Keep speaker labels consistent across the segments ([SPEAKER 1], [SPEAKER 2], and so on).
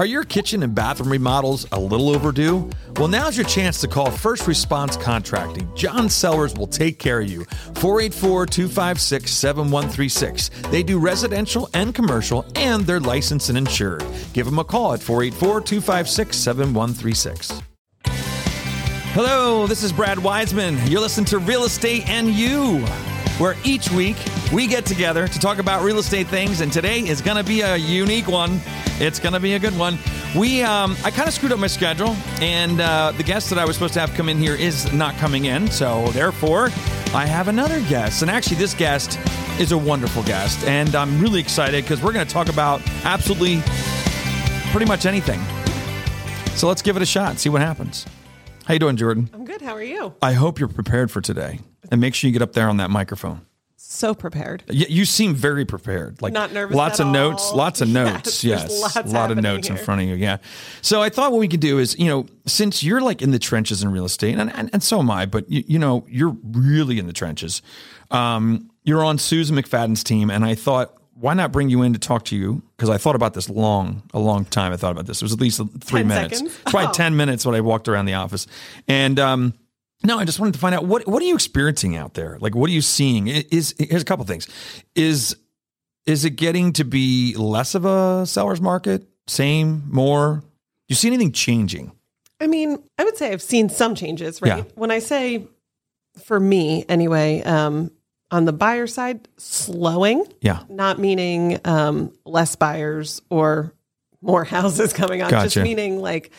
[SPEAKER 1] Are your kitchen and bathroom remodels a little overdue? Well, now's your chance to call First Response Contracting. John Sellers will take care of you. 484 256 7136. They do residential and commercial, and they're licensed and insured. Give them a call at 484 256 7136. Hello, this is Brad Wiseman. You're listening to Real Estate and You, where each week we get together to talk about real estate things, and today is going to be a unique one. It's going to be a good one. We, um, I kind of screwed up my schedule, and uh, the guest that I was supposed to have come in here is not coming in, so therefore I have another guest. And actually, this guest is a wonderful guest, and I'm really excited because we're going to talk about absolutely pretty much anything. So let's give it a shot, see what happens. How you doing, Jordan?
[SPEAKER 2] I'm good. How are you?
[SPEAKER 1] I hope you're prepared for today, and make sure you get up there on that microphone.
[SPEAKER 2] So prepared.
[SPEAKER 1] You, you seem very prepared. Like
[SPEAKER 2] Not nervous
[SPEAKER 1] Lots
[SPEAKER 2] at
[SPEAKER 1] of notes.
[SPEAKER 2] all.
[SPEAKER 1] Lots of
[SPEAKER 2] Yes,
[SPEAKER 1] notes.
[SPEAKER 2] there's
[SPEAKER 1] Yes,
[SPEAKER 2] lots
[SPEAKER 1] a lot of
[SPEAKER 2] happening
[SPEAKER 1] notes in
[SPEAKER 2] here.
[SPEAKER 1] front of you. Yeah. So I thought what we could do is, you know, since you're like in the trenches in real estate, and and, and so am I, but you, you know, you're really in the trenches. Um, you're on Susan McFadden's team, and I thought. Why not bring you in to talk to you? Because I thought about this long, a long time. I thought about this. It was at least three
[SPEAKER 2] 10
[SPEAKER 1] minutes,
[SPEAKER 2] seconds?
[SPEAKER 1] probably
[SPEAKER 2] Oh.
[SPEAKER 1] ten minutes when I walked around the office. And um, no, I just wanted to find out what what are you experiencing out there? Like, what are you seeing? I- Is here's a couple things: is is it getting to be less of a seller's market? Same, more? Do you see anything changing?
[SPEAKER 2] I mean, I would say I've seen some changes, right?
[SPEAKER 1] Yeah.
[SPEAKER 2] When I say for me anyway, um, on the buyer side, slowing,
[SPEAKER 1] Yeah,
[SPEAKER 2] not meaning um, less buyers or more houses coming on, just
[SPEAKER 1] Gotcha.
[SPEAKER 2] meaning like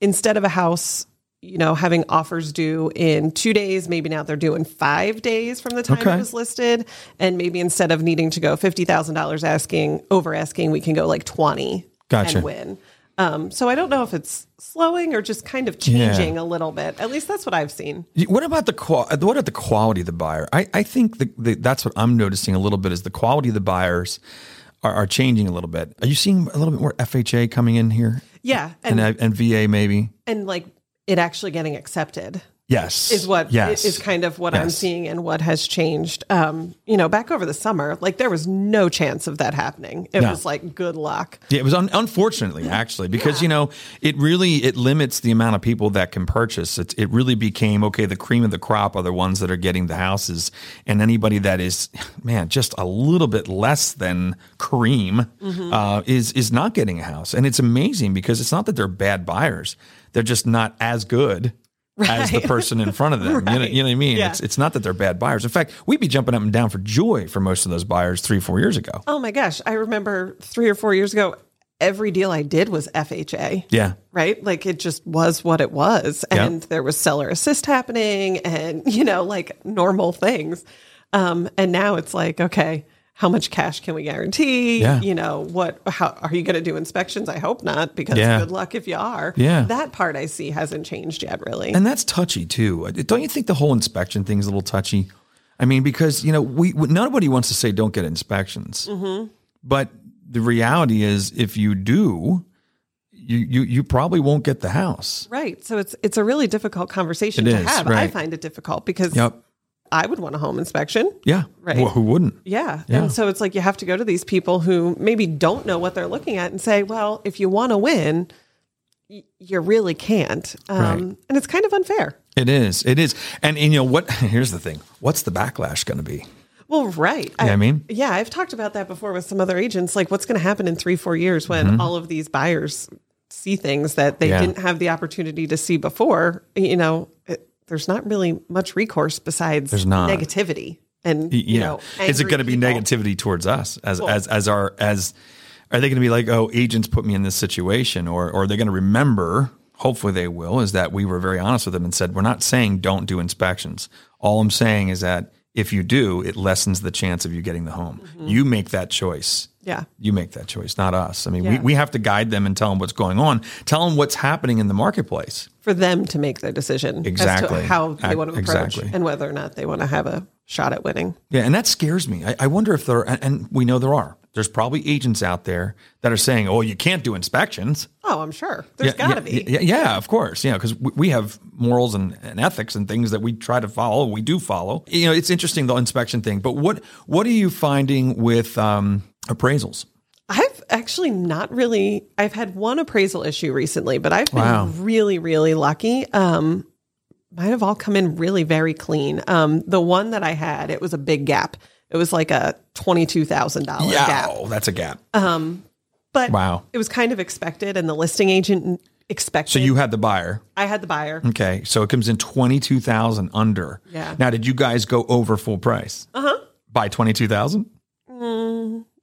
[SPEAKER 2] instead of a house, you know, having offers due in two days, maybe now they're due in five days from the time
[SPEAKER 1] Okay.
[SPEAKER 2] it was listed. And maybe instead of needing to go $50,000 asking, over asking, we can go like 20
[SPEAKER 1] Gotcha.
[SPEAKER 2] and win. Um, so I don't know if it's slowing or just kind of changing a little bit. At least that's what I've seen.
[SPEAKER 1] You- What about the qua- what about the quality of the buyer? I, I think the, the, that's what I'm noticing a little bit is the quality of the buyers are, are changing a little bit. Are you seeing a little bit more FHA coming in here
[SPEAKER 2] Yeah.
[SPEAKER 1] and
[SPEAKER 2] And, and,
[SPEAKER 1] and, VA maybe?
[SPEAKER 2] like it actually getting accepted
[SPEAKER 1] Yes,
[SPEAKER 2] is what is
[SPEAKER 1] yes
[SPEAKER 2] kind of what I'm
[SPEAKER 1] Yes.
[SPEAKER 2] seeing and what has changed. Um, you know, back over the summer, like there was no chance of that happening. It
[SPEAKER 1] No.
[SPEAKER 2] was like good luck.
[SPEAKER 1] Yeah, it was un- unfortunately actually because you know it really it limits the amount of people that can purchase. It it really became okay. The cream of the crop are the ones that are getting the houses, and anybody that is man just a little bit less than cream
[SPEAKER 2] Mm-hmm.
[SPEAKER 1] uh, is is not getting a house. And it's amazing because it's not that they're bad buyers; they're just not as good. As the
[SPEAKER 2] Right.
[SPEAKER 1] person in front of them, you, know, you know what I mean.
[SPEAKER 2] Yeah.
[SPEAKER 1] It's it's not that they're bad buyers. In fact, we'd be jumping up and down for joy for most of those buyers three four years ago.
[SPEAKER 2] Oh my gosh. I remember three or four years ago, every deal I did was FHA.
[SPEAKER 1] Yeah,
[SPEAKER 2] right? Like it just was what it was.
[SPEAKER 1] Yeah.
[SPEAKER 2] And there was seller assist happening and, you know, like normal things. Um, and now it's like, okay, how much cash can we guarantee?
[SPEAKER 1] Yeah.
[SPEAKER 2] You know, what, how are you going to do inspections? I hope not because
[SPEAKER 1] Yeah.
[SPEAKER 2] good luck if you are.
[SPEAKER 1] Yeah.
[SPEAKER 2] That part I see hasn't changed yet, really.
[SPEAKER 1] And that's touchy too. Don't you think the whole inspection thing is a little touchy? I mean, because you know, we we- nobody wants to say don't get inspections, but the reality is, if you do, you you you probably won't get the house.
[SPEAKER 2] Right. So it's it's a really difficult conversation
[SPEAKER 1] It
[SPEAKER 2] to
[SPEAKER 1] is,
[SPEAKER 2] have. I
[SPEAKER 1] right.
[SPEAKER 2] find it difficult because
[SPEAKER 1] Yep.
[SPEAKER 2] I would want a home inspection.
[SPEAKER 1] Yeah.
[SPEAKER 2] Right.
[SPEAKER 1] Well, who wouldn't?
[SPEAKER 2] Yeah.
[SPEAKER 1] Yeah.
[SPEAKER 2] And so it's like you have to go to these people who maybe don't know what they're looking at and say, well, if you want to win, y- you really can't. Um,
[SPEAKER 1] Right.
[SPEAKER 2] And it's kind of unfair.
[SPEAKER 1] It is. It is. And, and you know what? Here's the thing. What's the backlash going to be?
[SPEAKER 2] Well, right.
[SPEAKER 1] You know what I mean?
[SPEAKER 2] yeah, I've talked about that before with some other agents. Like, what's going to happen in three, four years when all of these buyers see things that they
[SPEAKER 1] Mm-hmm. Yeah.
[SPEAKER 2] didn't have the opportunity to see before? You know, it, there's not really much recourse besides
[SPEAKER 1] There's not.
[SPEAKER 2] negativity. And,
[SPEAKER 1] Y- yeah.
[SPEAKER 2] you know,
[SPEAKER 1] is it
[SPEAKER 2] angry
[SPEAKER 1] going to be
[SPEAKER 2] people.
[SPEAKER 1] negativity towards us as as as our as are they going to be like oh agents put me in this situation or or are they going to remember hopefully they will is that we were very honest with them and said we're not saying don't do inspections all i'm saying is that if you do it lessens the chance of you getting the home you make that choice
[SPEAKER 2] Mm-hmm. Yeah.
[SPEAKER 1] you make that choice not us i mean we,
[SPEAKER 2] Yeah.
[SPEAKER 1] we have to guide them and tell them what's going on tell them what's happening in the marketplace
[SPEAKER 2] for them to make their decision as
[SPEAKER 1] Exactly.
[SPEAKER 2] to how
[SPEAKER 1] Ac-
[SPEAKER 2] they want to approach
[SPEAKER 1] exactly.
[SPEAKER 2] and whether or not they want to have a shot at winning.
[SPEAKER 1] Yeah, and that scares me. I, I wonder if there, are, and, and we know there are. There's probably agents out there that are saying, "Oh, you can't do inspections."
[SPEAKER 2] Oh, I'm sure. There's
[SPEAKER 1] yeah,
[SPEAKER 2] got to
[SPEAKER 1] yeah,
[SPEAKER 2] be.
[SPEAKER 1] Yeah, yeah, of course. Yeah, because we, we have morals and, and ethics and things that we try to follow. We do follow. You know, it's interesting the inspection thing. But what what are you finding with um, appraisals?
[SPEAKER 2] I've actually not really. I've had one appraisal issue recently, but I've been
[SPEAKER 1] Wow.
[SPEAKER 2] really, really lucky. Um, mine have all come in really very clean. Um, the one that I had, it was a big gap. It was like a twenty-two thousand dollars
[SPEAKER 1] Yeah,
[SPEAKER 2] gap.
[SPEAKER 1] oh, that's a gap.
[SPEAKER 2] Um, but
[SPEAKER 1] Wow.
[SPEAKER 2] it was kind of expected, and the listing agent expected.
[SPEAKER 1] So you had the buyer.
[SPEAKER 2] I had the buyer.
[SPEAKER 1] Okay. So it comes in 22,000 under.
[SPEAKER 2] Yeah. Uh-huh.
[SPEAKER 1] Now, did you guys go over full price? Uh huh. By 22,000?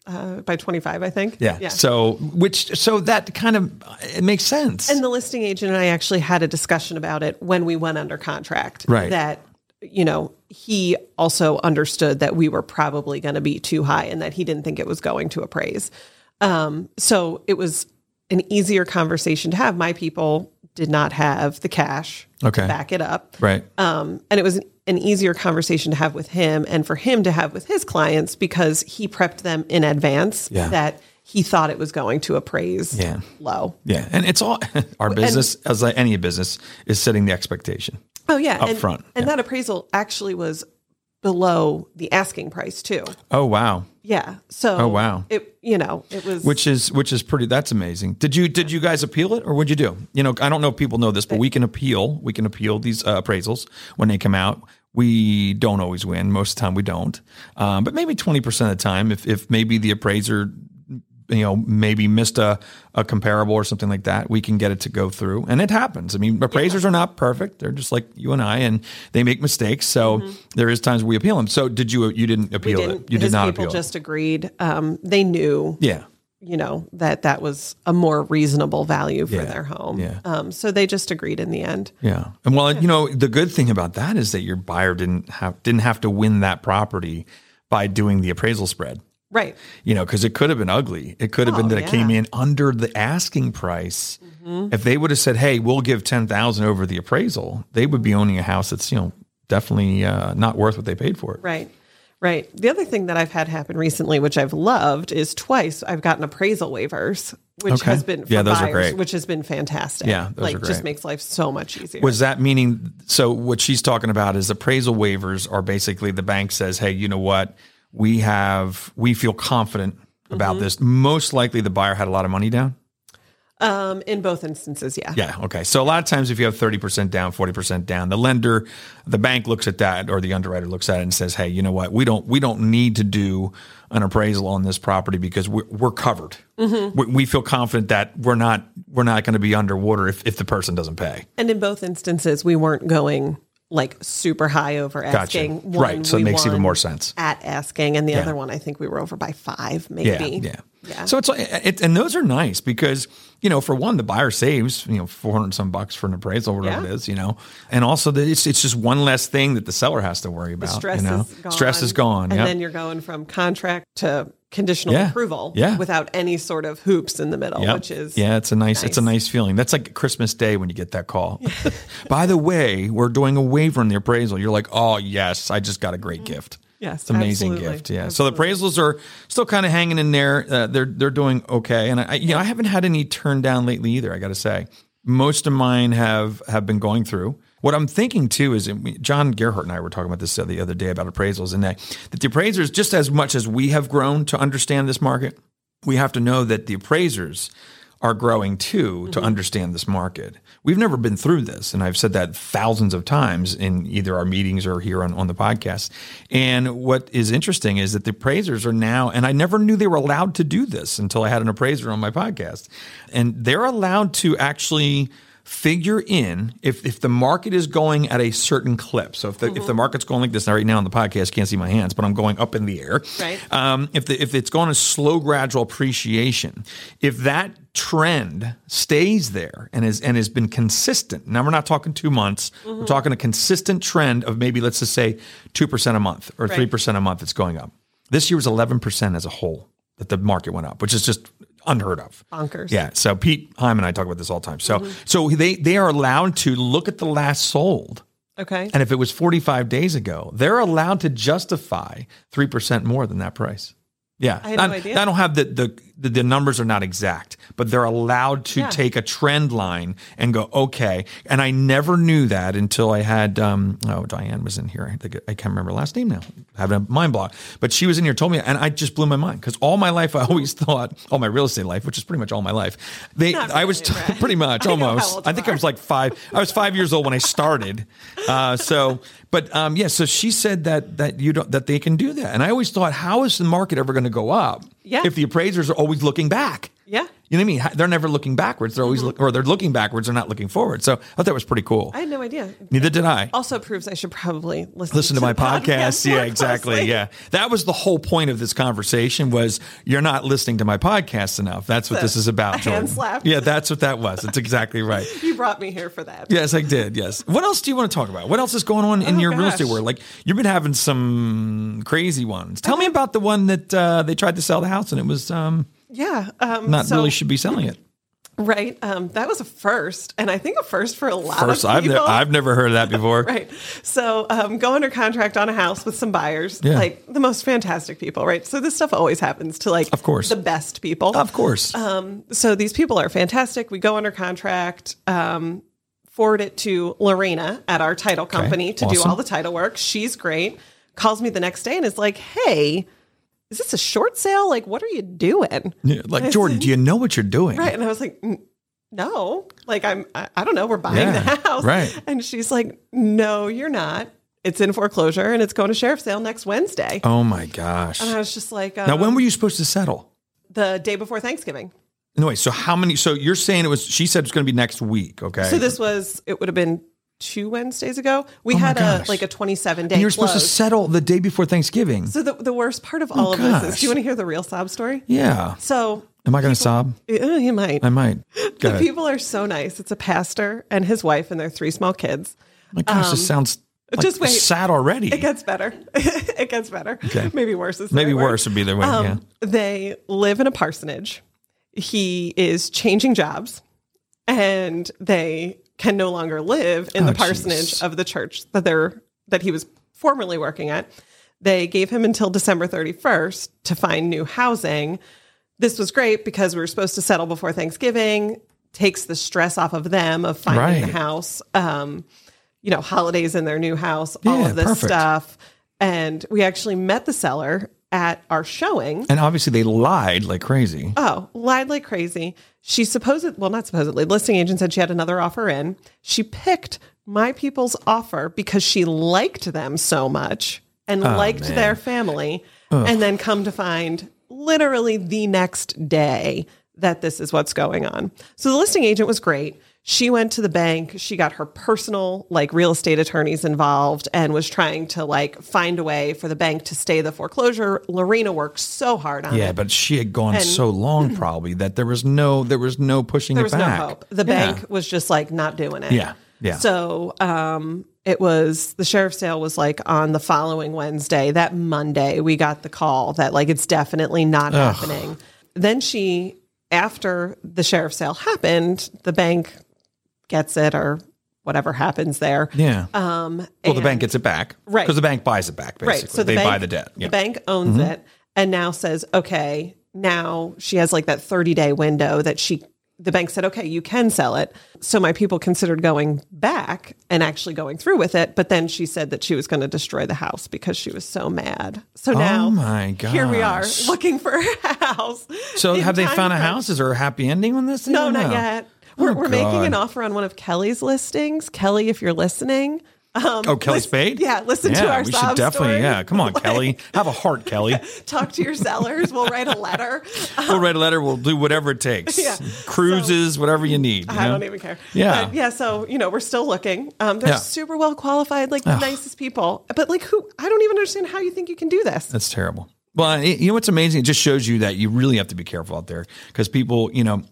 [SPEAKER 2] uh, by 25, I think.
[SPEAKER 1] Yeah.
[SPEAKER 2] Yeah.
[SPEAKER 1] So, which, so that kind of, it makes sense.
[SPEAKER 2] and the listing agent and I actually had a discussion about it when we went under contract.
[SPEAKER 1] Right.
[SPEAKER 2] That, you know, he also understood that we were probably going to be too high and that he didn't think it was going to appraise. Um, so it was an easier conversation to have. My people did not have the cash
[SPEAKER 1] Okay.
[SPEAKER 2] to back it up.
[SPEAKER 1] right.
[SPEAKER 2] Um, and it was an, an easier conversation to have with him and for him to have with his clients because he prepped them in advance
[SPEAKER 1] Yeah.
[SPEAKER 2] that he thought it was going to appraise
[SPEAKER 1] Yeah.
[SPEAKER 2] low.
[SPEAKER 1] Yeah. And it's all our business, as like any business, is setting the expectation.
[SPEAKER 2] Oh yeah,
[SPEAKER 1] Up
[SPEAKER 2] and,
[SPEAKER 1] front,
[SPEAKER 2] and that appraisal actually was below the asking price too.
[SPEAKER 1] Oh, wow.
[SPEAKER 2] Yeah, so
[SPEAKER 1] Oh, wow.
[SPEAKER 2] it you know it was
[SPEAKER 1] Which is which is pretty. That's amazing. Did you did you guys appeal it, or what'd you do? You know, I don't know if people know this, but we can appeal. We can appeal these uh, appraisals when they come out. We don't always win. Most of the time, we don't. Um, but maybe twenty percent of the time, if if maybe the appraiser, you know, maybe missed a a comparable or something like that, we can get it to go through, and it happens. I mean, appraisers are not perfect. They're just like you and I, and they make mistakes. So there is times we appeal them. So did you? You didn't appeal
[SPEAKER 2] Mm-hmm. didn't,
[SPEAKER 1] it. You did
[SPEAKER 2] his
[SPEAKER 1] not
[SPEAKER 2] people
[SPEAKER 1] appeal.
[SPEAKER 2] just agreed. Um, they knew
[SPEAKER 1] it. Yeah.
[SPEAKER 2] you know that that was a more reasonable value for
[SPEAKER 1] Yeah,
[SPEAKER 2] their home.
[SPEAKER 1] yeah.
[SPEAKER 2] Um, so they just agreed in the end.
[SPEAKER 1] Yeah. And well, you know, the good thing about that is that your buyer didn't have didn't have to win that property by doing the appraisal spread.
[SPEAKER 2] Right.
[SPEAKER 1] You know, because it could have been ugly. It could have been
[SPEAKER 2] Oh,
[SPEAKER 1] that it came
[SPEAKER 2] yeah. Mm-hmm.
[SPEAKER 1] in under the asking price. If they would have said, "Hey, we'll give ten thousand over the appraisal," they would be owning a house that's you know definitely uh, not worth what they paid for it.
[SPEAKER 2] Right. Right. The other thing that I've had happen recently, which I've loved, is twice I've gotten appraisal waivers, which
[SPEAKER 1] Okay.
[SPEAKER 2] has been for
[SPEAKER 1] Yeah, those are
[SPEAKER 2] buyers,
[SPEAKER 1] great.
[SPEAKER 2] which has been fantastic.
[SPEAKER 1] Yeah, those
[SPEAKER 2] like
[SPEAKER 1] are
[SPEAKER 2] just
[SPEAKER 1] great.
[SPEAKER 2] makes life so much easier.
[SPEAKER 1] Was that meaning? So what she's talking about is appraisal waivers are basically the bank says, "Hey, you know what? We have we feel confident about
[SPEAKER 2] Mm-hmm.
[SPEAKER 1] this. Most likely, the buyer had a lot of money down."
[SPEAKER 2] Um, in both instances, yeah.
[SPEAKER 1] Yeah. Okay. So a lot of times, if you have thirty percent down, forty percent down, the lender, the bank looks at that, or the underwriter looks at it and says, "Hey, you know what? We don't we don't need to do an appraisal on this property because we're, we're covered.
[SPEAKER 2] Mm-hmm.
[SPEAKER 1] We, we feel confident that we're not we're not going to be underwater if, if the person doesn't pay.
[SPEAKER 2] And in both instances, we weren't going like super high over
[SPEAKER 1] Gotcha.
[SPEAKER 2] asking. One,
[SPEAKER 1] right. So it
[SPEAKER 2] we
[SPEAKER 1] makes even
[SPEAKER 2] won
[SPEAKER 1] more sense.
[SPEAKER 2] At asking, and the other one, I think we were over by five,
[SPEAKER 1] Yeah,
[SPEAKER 2] maybe.
[SPEAKER 1] yeah, So it's like, it, and those are nice because you know, for one, the buyer saves you know four hundred some bucks for an appraisal, whatever
[SPEAKER 2] Yeah.
[SPEAKER 1] it is, you know, and also that it's it's just one less thing that the seller has to worry about.
[SPEAKER 2] Stress
[SPEAKER 1] you know?
[SPEAKER 2] is gone.
[SPEAKER 1] Stress is gone.
[SPEAKER 2] And
[SPEAKER 1] yep.
[SPEAKER 2] then you're going from contract to conditional
[SPEAKER 1] Yeah.
[SPEAKER 2] approval
[SPEAKER 1] Yeah.
[SPEAKER 2] without any sort of hoops in the middle,
[SPEAKER 1] Yep.
[SPEAKER 2] which is
[SPEAKER 1] yeah, it's a nice, it's a nice feeling. That's like Christmas Day when you get that call. By the way, we're doing a waiver on the appraisal. You're like, oh yes, I just got a
[SPEAKER 2] Mm.
[SPEAKER 1] great gift.
[SPEAKER 2] Yes,
[SPEAKER 1] it's an amazing
[SPEAKER 2] absolutely.
[SPEAKER 1] gift. Yeah. So the appraisals are still kind of hanging in there. Uh, they're they're doing okay, and I you know I haven't had any turn down lately either. I got to say, most of mine have have been going through. What I'm thinking too is, and we- John Gerhart and I were talking about this the other day about appraisals, and that that the appraisers, just as much as we have grown to understand this market, we have to know that the appraisers are growing too to understand this market. We've never been through this, and I've said that thousands of times in either our meetings or here on, on the podcast. And what is interesting is that the appraisers are now, and I never knew they were allowed to do this until I had an appraiser on my podcast, and they're allowed to actually figure in if, if the market is going at a certain clip. So if the, if the market's going like this now right now on the podcast, can't see my hands, but I'm going up in the air.
[SPEAKER 2] Right.
[SPEAKER 1] Um, if the, if it's going to slow gradual appreciation, if that trend stays there and is and has been consistent. Now we're not talking two months. We're talking a consistent trend of maybe let's just say two percent a month or three percent a month. It's going up. This year was eleven percent as a whole that the market went up, which is just unheard of.
[SPEAKER 2] bonkers.
[SPEAKER 1] Yeah. So Pete Hyman and I talk about this all the time. So so they they are allowed to look at the last sold.
[SPEAKER 2] Okay.
[SPEAKER 1] And if it was 45 days ago, they're allowed to justify 3% more than that price. Yeah.
[SPEAKER 2] I had no
[SPEAKER 1] I,
[SPEAKER 2] idea.
[SPEAKER 1] I don't have the, the the, the numbers are not exact, but they're allowed to
[SPEAKER 2] Yeah.
[SPEAKER 1] take a trend line and go, okay. And I never knew that until I had, um, oh, Diane was in here. I, think, I can't remember her last name now. I have a mind block, but she was in here, told me, and I just blew my mind because all my life I always thought, all my real estate life, which is pretty much all my life, they,
[SPEAKER 2] Not
[SPEAKER 1] I was
[SPEAKER 2] really, right?
[SPEAKER 1] pretty much
[SPEAKER 2] I know how
[SPEAKER 1] almost.
[SPEAKER 2] old
[SPEAKER 1] I
[SPEAKER 2] you
[SPEAKER 1] think I
[SPEAKER 2] are.
[SPEAKER 1] was like five. I was five years old when I started. Uh, so, but um, yeah. So she said that that you don't that they can do that, and I always thought, how is the market ever going to go up?
[SPEAKER 2] Yeah.
[SPEAKER 1] If the appraisers are always looking back.
[SPEAKER 2] Yeah. Mm-hmm.
[SPEAKER 1] You know what I mean? They're never looking backwards. They're always look, or they're looking backwards. They're not looking forward. So I thought that was pretty cool.
[SPEAKER 2] I had no idea.
[SPEAKER 1] Neither did I.
[SPEAKER 2] Also proves I should probably listen
[SPEAKER 1] Listen to my
[SPEAKER 2] the
[SPEAKER 1] podcast.
[SPEAKER 2] more
[SPEAKER 1] Yeah, exactly.
[SPEAKER 2] closely.
[SPEAKER 1] Yeah. That was the whole point of this conversation was you're not listening to my podcast enough. That's what
[SPEAKER 2] The-
[SPEAKER 1] this is about.
[SPEAKER 2] a hand
[SPEAKER 1] Jordan.
[SPEAKER 2] slap.
[SPEAKER 1] Yeah, that's what that was. That's exactly right.
[SPEAKER 2] You brought me here for that.
[SPEAKER 1] Yes, I did. Yes. What else do you want to talk about? What else is going on in your real estate
[SPEAKER 2] Oh, gosh.
[SPEAKER 1] world? Like you've been having some crazy ones. Tell me
[SPEAKER 2] Uh-huh.
[SPEAKER 1] about the one that uh, they tried to sell the house and it was um,
[SPEAKER 2] Yeah. Um,
[SPEAKER 1] not
[SPEAKER 2] so-
[SPEAKER 1] really should be selling it.
[SPEAKER 2] Right. Um, that was a first, and I think a first for a lot
[SPEAKER 1] First,
[SPEAKER 2] of
[SPEAKER 1] I've
[SPEAKER 2] uh, people.
[SPEAKER 1] ne- I've never heard of that before.
[SPEAKER 2] right. So um, go under contract on a house with some buyers,
[SPEAKER 1] Yeah.
[SPEAKER 2] like the most fantastic people, right? So this stuff always happens to like,
[SPEAKER 1] Of course.
[SPEAKER 2] the best people.
[SPEAKER 1] Of course.
[SPEAKER 2] Um, so these people are fantastic. We go under contract, um, forward it to Lorena at our title company to do
[SPEAKER 1] awesome.
[SPEAKER 2] all the title work. She's great. Calls me the next day and is like, "Hey, is this a short sale? Like, what are you doing?"
[SPEAKER 1] Yeah, like Jordan, do you know what you're doing?
[SPEAKER 2] Right. And I was like, "N- no, like I'm, I, I don't know. We're buying
[SPEAKER 1] Yeah,
[SPEAKER 2] the house.
[SPEAKER 1] right.
[SPEAKER 2] And she's like, no, you're not. It's in foreclosure and it's going to sheriff's sale next Wednesday.
[SPEAKER 1] Oh my gosh.
[SPEAKER 2] And I was just like, uh,
[SPEAKER 1] Now, when were you supposed to settle?
[SPEAKER 2] the day before Thanksgiving.
[SPEAKER 1] No, wait. So how many? So you're saying it was? She said it's going to be next week. Okay.
[SPEAKER 2] So this was, it would have been two Wednesdays ago. We
[SPEAKER 1] Oh my
[SPEAKER 2] had a,
[SPEAKER 1] gosh.
[SPEAKER 2] like a 27 day
[SPEAKER 1] and you're supposed to
[SPEAKER 2] close.
[SPEAKER 1] settle the day before Thanksgiving.
[SPEAKER 2] so the, the worst part of all of this is,
[SPEAKER 1] gosh.
[SPEAKER 2] do you want to hear the real sob story?
[SPEAKER 1] yeah.
[SPEAKER 2] So
[SPEAKER 1] Am I going to sob?
[SPEAKER 2] uh, you might.
[SPEAKER 1] I might. Go
[SPEAKER 2] the
[SPEAKER 1] ahead.
[SPEAKER 2] people are so nice. It's a pastor and his wife and their three small kids.
[SPEAKER 1] my gosh, this sounds like
[SPEAKER 2] Um, just wait.
[SPEAKER 1] sad already.
[SPEAKER 2] It gets better. it gets better. Maybe worse. Is the
[SPEAKER 1] Maybe
[SPEAKER 2] right word.
[SPEAKER 1] worse would be the way.
[SPEAKER 2] Um,
[SPEAKER 1] yeah.
[SPEAKER 2] They live in a parsonage. He is changing jobs, and they can no longer live in the parsonage
[SPEAKER 1] Oh, jeez.
[SPEAKER 2] of the church that they're that he was formerly working at. They gave him until December 31st to find new housing. This was great because we were supposed to settle before Thanksgiving. Takes the stress off of them of finding
[SPEAKER 1] Right.
[SPEAKER 2] the house. Um, you know, holidays in their new house, all
[SPEAKER 1] Yeah,
[SPEAKER 2] of this
[SPEAKER 1] perfect.
[SPEAKER 2] stuff. And we actually met the seller at our showing.
[SPEAKER 1] And obviously they lied like crazy.
[SPEAKER 2] Oh, lied like crazy. She supposed, well, not supposedly, listing agent said she had another offer in. She picked my people's offer because she liked them so much and liked their family. And then come to find literally the next day that this is what's going on. So the listing agent was great. She went to the bank, she got her personal like real estate attorneys involved and was trying to like find a way for the bank to stay the foreclosure. Lorena worked so hard on it.
[SPEAKER 1] yeah, but she had gone so long probably that there was no there was no pushing
[SPEAKER 2] there
[SPEAKER 1] it
[SPEAKER 2] was
[SPEAKER 1] back.
[SPEAKER 2] no hope. The
[SPEAKER 1] Yeah.
[SPEAKER 2] bank was just like not doing it.
[SPEAKER 1] Yeah, yeah.
[SPEAKER 2] So um, it was the sheriff's sale was like on the following Wednesday. That Monday, we got the call that like it's definitely not happening. Then she, after the sheriff's sale happened, the bank gets it or whatever happens there.
[SPEAKER 1] Yeah.
[SPEAKER 2] Um,
[SPEAKER 1] well, the bank gets it back.
[SPEAKER 2] Right.
[SPEAKER 1] Because the bank buys it back basically.
[SPEAKER 2] Right. So the
[SPEAKER 1] they
[SPEAKER 2] bank,
[SPEAKER 1] buy the debt. Yeah. Mm-hmm.
[SPEAKER 2] The bank owns it and now says, okay, now she has like that 30 day window that she, the bank said, okay, you can sell it. So my people considered going back and actually going through with it. But then she said that she was going to destroy the house because she was so mad. So now
[SPEAKER 1] oh my god.
[SPEAKER 2] here we are looking for a house.
[SPEAKER 1] So
[SPEAKER 2] in
[SPEAKER 1] have they
[SPEAKER 2] time
[SPEAKER 1] found a
[SPEAKER 2] crunch.
[SPEAKER 1] house? Is there a happy ending on this? I
[SPEAKER 2] No,
[SPEAKER 1] don't
[SPEAKER 2] not
[SPEAKER 1] know.
[SPEAKER 2] yet. We're,
[SPEAKER 1] Oh,
[SPEAKER 2] we're making
[SPEAKER 1] God.
[SPEAKER 2] an offer on one of Kelly's listings. Kelly, if you're listening, um,
[SPEAKER 1] Oh, Kelly
[SPEAKER 2] lis-
[SPEAKER 1] Spade.
[SPEAKER 2] Yeah, listen to
[SPEAKER 1] Yeah,
[SPEAKER 2] our
[SPEAKER 1] We
[SPEAKER 2] sob
[SPEAKER 1] should definitely.
[SPEAKER 2] story.
[SPEAKER 1] Yeah, come on,
[SPEAKER 2] Like-
[SPEAKER 1] Kelly. Have a heart, Kelly.
[SPEAKER 2] talk to your sellers. We'll write a letter.
[SPEAKER 1] We'll write a letter. We'll do whatever it takes.
[SPEAKER 2] Yeah.
[SPEAKER 1] Cruises, whatever you need. you
[SPEAKER 2] I
[SPEAKER 1] know?
[SPEAKER 2] don't even care.
[SPEAKER 1] Yeah.
[SPEAKER 2] But yeah. So, you know, we're still looking. Um, they're
[SPEAKER 1] Yeah.
[SPEAKER 2] super well qualified, like the nicest people. But, like, who, I don't even understand how you think you can do this.
[SPEAKER 1] That's terrible. Well, it- you know what's amazing? It just shows you that you really have to be careful out there because people, you know,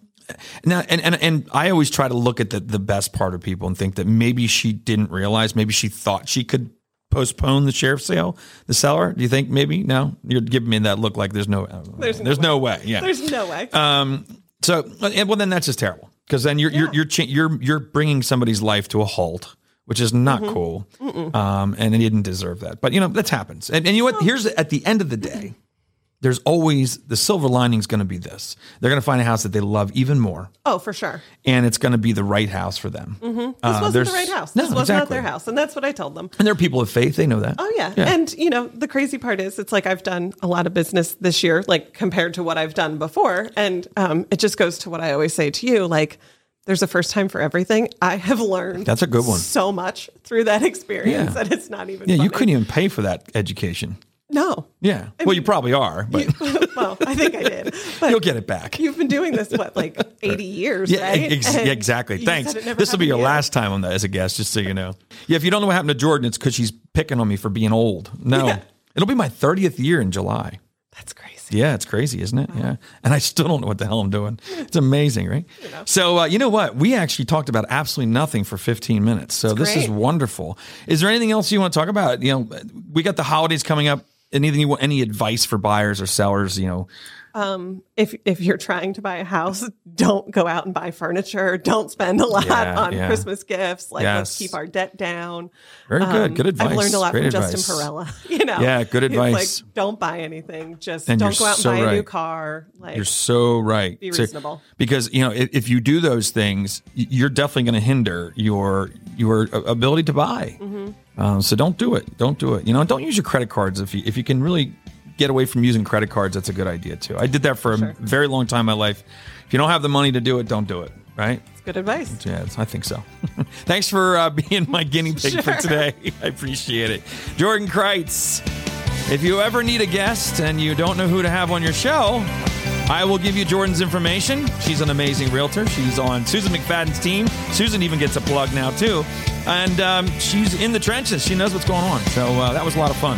[SPEAKER 1] now and, and and I always try to look at the the best part of people and think that maybe she didn't realize, maybe she thought she could postpone the sheriff's sale, the seller. Do you think maybe? No, you're giving me that look like there's no, there's,
[SPEAKER 2] no
[SPEAKER 1] no way. Yeah,
[SPEAKER 2] There's no way.
[SPEAKER 1] uh, So, and, well, then that's just terrible because then you're you're you're, cha- you're you're bringing somebody's life to a halt, which is not
[SPEAKER 2] Mm-hmm.
[SPEAKER 1] cool. Um, and he didn't deserve that. But you know that happens. And, and you know what? Here's at the end of the day, there's always the silver lining is going to be this. They're going to find a house that they love even more,
[SPEAKER 2] Oh, for sure.
[SPEAKER 1] and it's going to be the right house for them. This
[SPEAKER 2] Mm-hmm. This wasn't the right house.
[SPEAKER 1] uh, No,
[SPEAKER 2] this was not
[SPEAKER 1] exactly.
[SPEAKER 2] their house. And that's what I told them.
[SPEAKER 1] And they're people of faith. They know that.
[SPEAKER 2] Oh yeah. And you know, the crazy part is it's like I've done a lot of business this year, like compared to what I've done before. And um, it just goes to what I always say to you, like there's a first time for everything. I have learned
[SPEAKER 1] That's a good one.
[SPEAKER 2] so much through that experience
[SPEAKER 1] Yeah.
[SPEAKER 2] that it's not even
[SPEAKER 1] yeah, you
[SPEAKER 2] funny.
[SPEAKER 1] couldn't even pay for that education.
[SPEAKER 2] No.
[SPEAKER 1] Yeah. well, you probably are, but
[SPEAKER 2] well, I think I did. But
[SPEAKER 1] you'll get it back.
[SPEAKER 2] you've been doing this what, like eighty years,
[SPEAKER 1] Yeah, e-,
[SPEAKER 2] right?
[SPEAKER 1] ex-
[SPEAKER 2] And
[SPEAKER 1] exactly.
[SPEAKER 2] you
[SPEAKER 1] Thanks.
[SPEAKER 2] said it never
[SPEAKER 1] This will be your
[SPEAKER 2] happened to you.
[SPEAKER 1] last time on that as a guest, just so you know. Yeah, if you don't know what happened to Jordan, it's because she's picking on me for being old. No,
[SPEAKER 2] Yeah.
[SPEAKER 1] it'll be my 30th year in July.
[SPEAKER 2] That's crazy.
[SPEAKER 1] Yeah, it's crazy, isn't
[SPEAKER 2] Uh-huh.
[SPEAKER 1] it? Yeah. And I still don't know what the hell I'm doing. It's amazing, right? So, uh, you know what? We actually talked about absolutely nothing for 15 minutes. So, this is
[SPEAKER 2] great.
[SPEAKER 1] wonderful. Is there anything else you want to talk about? You know, we got the holidays coming up. Anything you want, any advice for buyers or sellers? You know,
[SPEAKER 2] if if you're trying to buy a house, don't go out and buy furniture. Don't spend a lot
[SPEAKER 1] Yeah,
[SPEAKER 2] on
[SPEAKER 1] yeah.
[SPEAKER 2] Christmas gifts. Like let's
[SPEAKER 1] Yes.
[SPEAKER 2] keep our debt down.
[SPEAKER 1] very
[SPEAKER 2] Um,
[SPEAKER 1] good. Good advice.
[SPEAKER 2] I've learned a lot
[SPEAKER 1] Great
[SPEAKER 2] from
[SPEAKER 1] advice.
[SPEAKER 2] Justin Perella. You know,
[SPEAKER 1] Yeah, good
[SPEAKER 2] He's
[SPEAKER 1] advice.
[SPEAKER 2] Like, don't buy anything. Just
[SPEAKER 1] And
[SPEAKER 2] don't
[SPEAKER 1] you're
[SPEAKER 2] go out and
[SPEAKER 1] so
[SPEAKER 2] buy a new
[SPEAKER 1] right.
[SPEAKER 2] car. Like
[SPEAKER 1] You're so right.
[SPEAKER 2] Be
[SPEAKER 1] So-
[SPEAKER 2] reasonable.
[SPEAKER 1] because you know if, if you do those things, y- you're definitely going to hinder your your a- ability to buy.
[SPEAKER 2] Mm-hmm.
[SPEAKER 1] Um, so don't do it. Don't do it. You know, don't use your credit cards if you if you can really get away from using credit cards. That's a good idea too. I did that for a very long time in my life. If you don't have the money to do it, don't do it. Right?
[SPEAKER 2] it's good advice.
[SPEAKER 1] Yeah, it's- I think so. Thanks for uh, being my guinea pig for
[SPEAKER 2] Sure.
[SPEAKER 1] today. I appreciate it. Jordan Kreitz, if you ever need a guest and you don't know who to have on your show, I will give you Jordan's information. She's an amazing realtor. She's on Susan McFadden's team. Susan even gets a plug now, too. And um, she's in the trenches. She knows what's going on. So uh, that was a lot of fun.